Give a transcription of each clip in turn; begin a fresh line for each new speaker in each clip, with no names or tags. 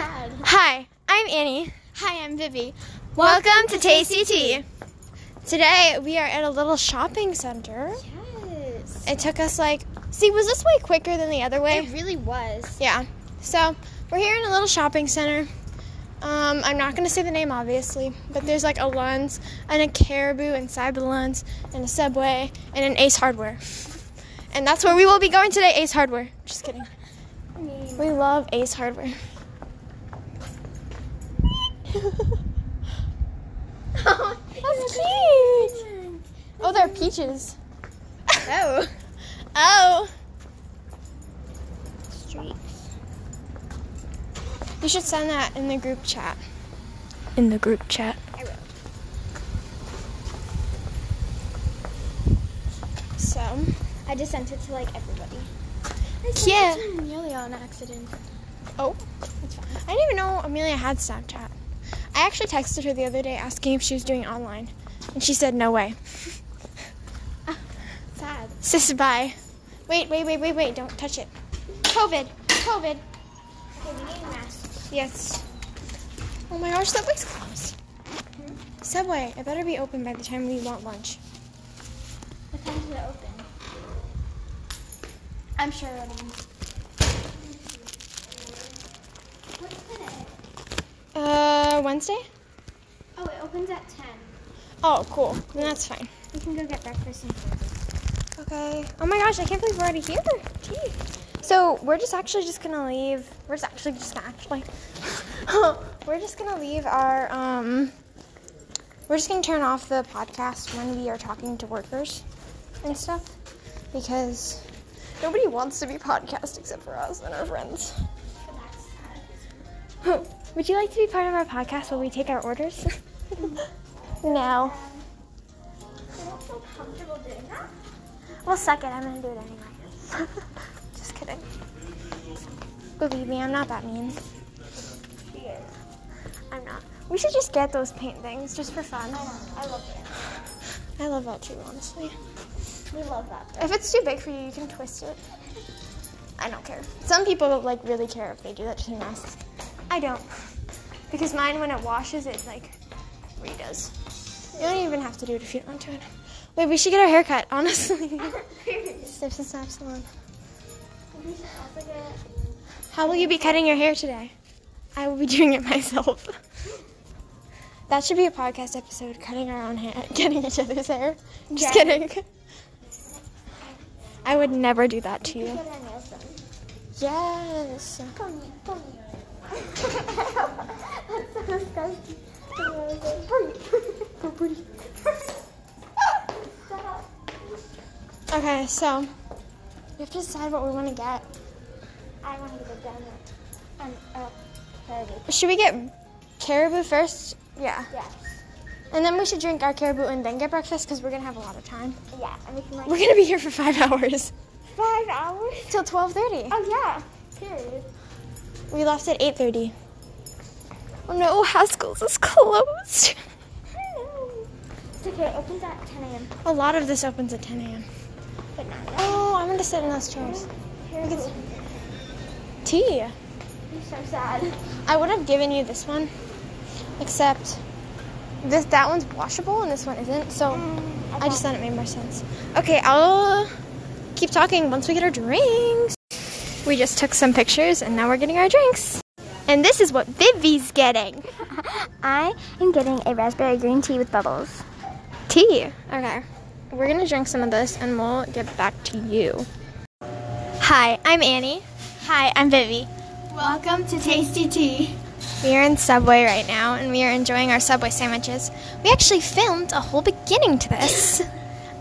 Hi, I'm Annie.
Hi, I'm Vivi.
Welcome, to Tasty Tea. Today we are at a little shopping center.
Yes.
It took us like, see, was this way quicker than the other way?
It really was.
Yeah. So we're here in a little shopping center. Um, I'm not gonna say the name obviously, but there's like a Lunds and a Caribou inside the Lunds and a Subway and an Ace Hardware. And that's where we will be going today, Ace Hardware. Just kidding.
I mean,
We love Ace Hardware. That's cute. Oh, they're peaches.
Oh.
Oh.
Streaks.
You should send that in the group chat. In the group chat.
I will.
So,
I just sent it to like everybody. I sent
Yeah.
it to Amelia on accident.
oh, that's fine. I didn't even know Amelia had Snapchat. I actually texted her the other day asking if she was doing online, and she said no way.
Sad.
Sis, bye. Wait, wait, wait, wait, wait! Don't touch it. COVID,
Okay,
COVID.
we need masks.
Yes. Oh my gosh, Subway's closed. Subway, it better be open by the time we want lunch.
What time does it open? I'm sure it'll be. What's today?
Uh, Wednesday?
Oh, it opens at 10.
Oh, cool. Then that's fine.
We can go get breakfast and food.
Okay. Oh my gosh, I can't believe we're already here. Gee. So we're just actually just gonna leave. We're just actually just gonna actually. we're just gonna leave our um. We're just gonna turn off the podcast when we are talking to workers and stuff because nobody wants to be podcast except for us and our friends. Would you like to be part of our podcast while we take our orders?
I
no.
don't feel comfortable doing that.
Well, suck it. I'm gonna do it anyway. Just kidding. Believe me, I'm not that mean.
She is.
I'm not. We should just get those paint things just for fun.
I love it.
I love that too, honestly.
We love that.
If it's too big for you, you can twist it. I don't care. Some people like really care if they do that to their masks. I don't, because mine when it washes, it like redoes. You don't even have to do it if you don't want to. Wait, we should get our hair cut, honestly. Snips and snaps alone.
we should also get
How will you be cutting your hair today? I will be doing it myself. that should be a podcast episode cutting our own hair, getting each other's hair. Just
Yeah.
kidding. I would never do that to
we
you.
get our nails done.
Yes.
Pony, pony. That's so disgusting. Pony, pony, pony. Stop.
Okay, so we have to decide what we want to get.
I want to go down there. Um, uh, parody.
Should we get caribou first? Yeah.
Yes.
And then we should drink our caribou and then get breakfast because we're gonna have a lot of time.
Yeah, and we can like
We're gonna be here for five hours
five hours.
till twelve thirty.
Oh yeah. Period.
We left at 8:30. Oh no, Haskell's is closed.
It's okay. It opens at 10 a.m.
A lot of this opens at 10 a.m.
But not yet.
Oh, I'm gonna sit in those chairs.
Parody.
Tea.
You're so sad.
I would have given you this one, except this that one's washable and this one isn't. So I just thought it made more sense. Okay, I'll keep talking once we get our drinks. We just took some pictures and now we're getting our drinks. And this is what Vivi's getting.
I am getting a raspberry green tea with bubbles.
Tea. Okay. We're gonna drink some of this and we'll get back to you. Hi, I'm Annie. Hi, I'm Vivi.
Welcome to Tasty Tea.
We are in Subway right now and we are enjoying our Subway sandwiches. We actually filmed a whole beginning to this,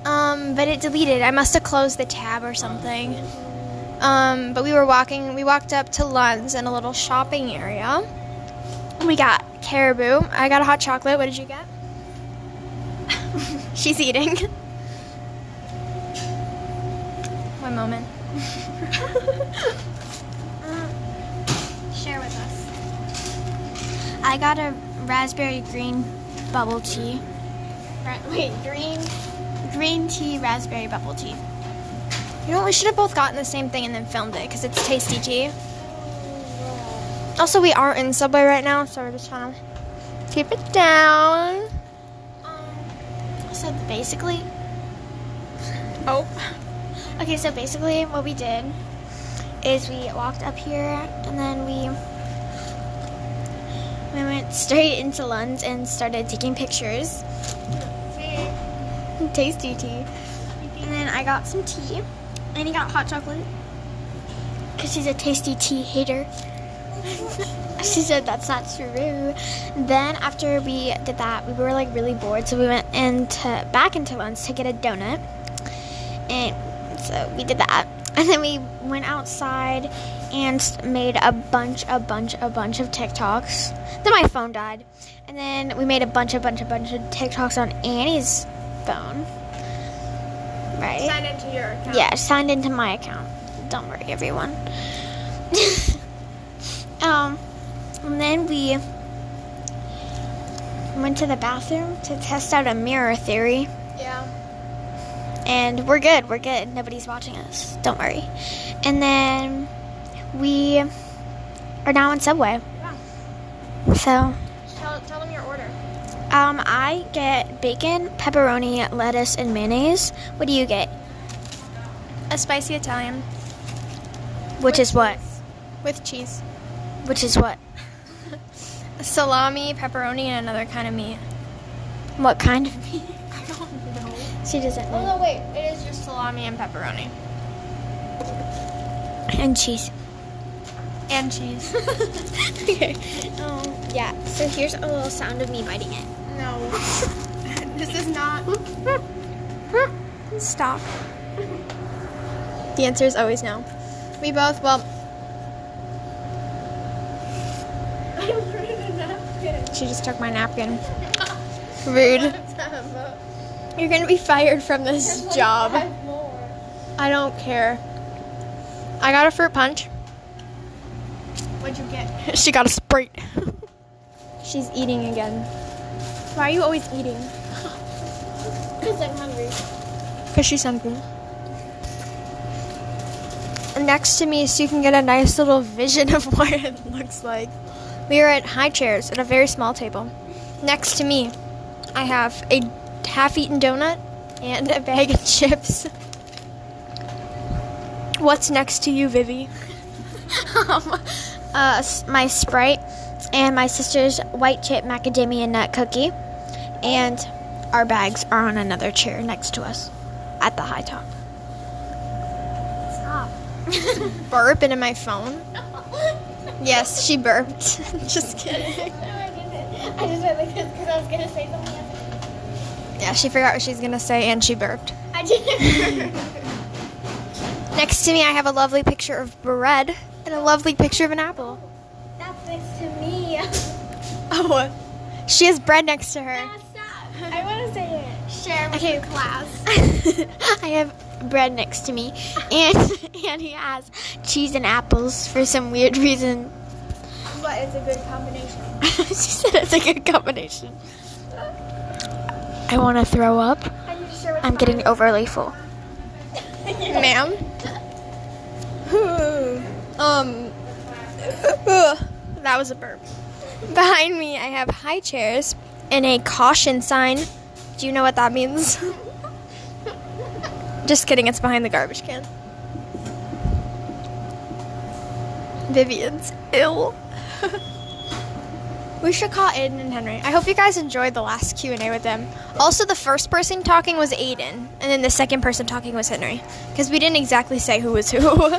um, but it deleted. I must have closed the tab or something. Um, but we were walking, we walked up to Lund's in a little shopping area. We got caribou. I got a hot chocolate. What did you get? She's eating. One moment.
Share with us. I got a raspberry green bubble tea. Ra- wait, green green tea raspberry bubble tea.
You know, what, we should have both gotten the same thing and then filmed it because it's tasty tea.
Also, we are in Subway right now, so we're just trying to keep it down.
So basically, oh, okay. So basically, what we did is we walked up here and then we we went straight into Lund's and started taking pictures. Tasty tea. And then I got some tea, and he got hot chocolate because he's a tasty tea hater. she said that's not true. Then after we did that, we were like really bored, so we went into back into Lund's to get a donut, and so we did that. And then we went outside and made a bunch, a bunch, a bunch of TikToks. Then my phone died, and then we made a bunch, a bunch, a bunch of TikToks on Annie's phone. Right?
into your account.
Yeah, signed into my account. Don't worry, everyone. um, and then we went to the bathroom to test out a mirror theory,
Yeah.
and we're good. We're good. Nobody's watching us. Don't worry. And then we are now in Subway. So,
Tell, tell them your order.
um, I get bacon, pepperoni, lettuce, and mayonnaise. What do you get?
A spicy Italian
Which is what?
with cheese,
Which is what?
salami, pepperoni, and another kind of meat.
What kind of meat? She doesn't know.
Oh, no, wait. It is just salami and pepperoni.
And cheese.
And cheese.
okay. Um, yeah. So here's a little sound of me biting it.
no. this is not. Stop. The answer is always no. We both, well. She just took my napkin. Rude. You're gonna be fired from this job. I don't care. I got a fruit punch.
What'd you get?
She got a sprite. She's eating again. Why are you always eating?
Because I'm hungry.
Because she's hungry. Next to me, so you can get a nice little vision of what it looks like. We are at high chairs at a very small table. Next to me, I have a half eaten donut and a bag of chips. What's next to you, Vivi?
um, uh, s- my Sprite and my sister's white chip macadamia nut cookie, and our bags are on another chair next to us at the high top.
Burping in my phone? Yes, she burped. Just kidding.
No, I didn't. I just went like this because I was gonna say something. else.
Yeah, she forgot what she was gonna say and she burped.
I didn't.
Next to me, I have a lovely picture of bread and a lovely picture of an apple.
That's next to me.
Oh, she has bread next to her.
stop. I want to say it. Share with your class.
I have bread next to me, and and he has cheese and apples for some weird reason.
What is a good combination?
she said it's a good combination. I want to throw up.
Are you sure?
I'm getting overly full.
Ma'am? um, ugh, that was a burp. Behind me, I have high chairs and a caution sign. Do you know what that means? Just kidding, it's behind the garbage can. Vivian's ill. we should call Aiden and Henry. I hope you guys enjoyed the last Q&A with them. Also, the first person talking was Aiden, and then the second person talking was Henry, because we didn't exactly say who was who.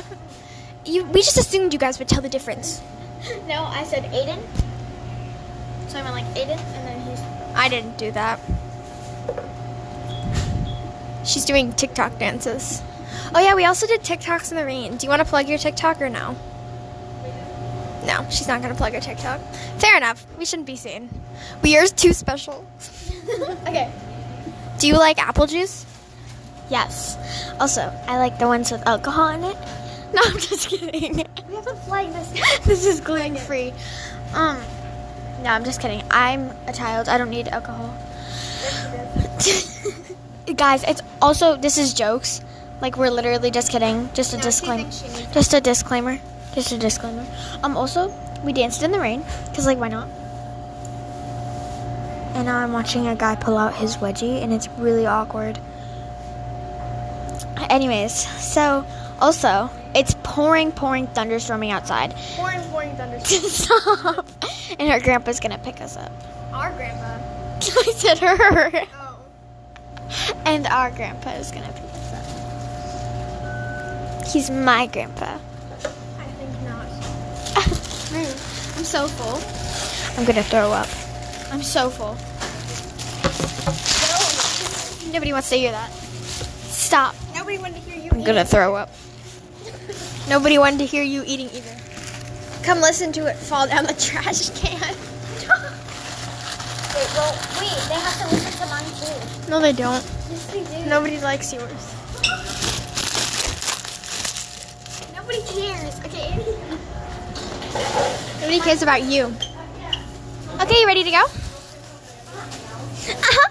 you, we just assumed you guys would tell the difference.
No, I said Aiden. So I went like Aiden, and then he's.
I didn't do that. She's doing TikTok dances. Oh yeah, we also did TikToks in the rain. Do you want to plug your TikTok or no? No, she's not gonna plug her TikTok. Fair enough. We shouldn't be seen. But yours too special.
Okay.
Do you like apple juice?
Yes. Also, I like the ones with alcohol in it.
No, I'm just kidding.
We have a flag this.
this is gluten free. Um, no, I'm just kidding. I'm a child. I don't need alcohol. Guys, it's also this is jokes. Like we're literally just kidding. Just a disclaimer. Just a disclaimer. Just a disclaimer. Um, also, We danced in the rain, because, like, why not? And now I'm watching a guy pull out his wedgie, and it's really awkward. Anyways, so also, it's pouring, pouring, thunderstorming outside.
Pouring, pouring thunder.
Stop! And her grandpa's gonna pick us up.
Our grandpa.
I said her.
Oh.
And our grandpa is gonna pick us up. He's my grandpa.
I think not.
I'm so full. I'm gonna throw up. I'm so full. Nobody wants to hear that. Stop.
Nobody wanted to hear you.
I'm gonna throw up. Nobody wanted to hear you eating either.
Come listen to it fall down the trash can.
Wait, well, wait, they have to listen to mine too.
No, they don't.
Yes, they do.
Nobody likes yours.
Nobody cares. Okay, Andy.
Nobody cares about you. Okay, you ready to go? Uh-huh.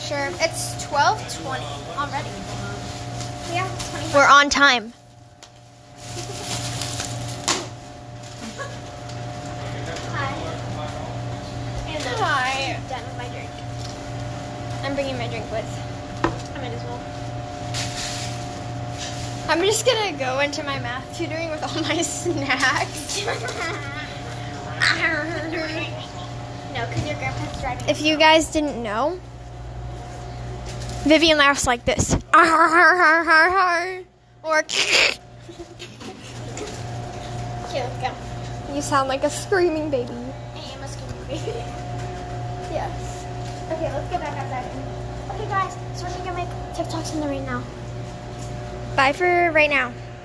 Sure. It's twelve twenty already. Yeah, twenty.
We're on time.
Hi. Done with my drink. I'm bringing my drink with. I might as well. I'm just gonna go into my math tutoring with all my snacks.
no, because your grandpa's driving.
If you guys didn't know, Vivian laughs like this. Arr, har, har, har, har. Or
Okay, let's go.
you sound like a screaming baby.
I am a screaming baby. yes. Okay, let's go back outside. Okay, guys, so we're gonna make TikToks in the rain now.
Bye for right now.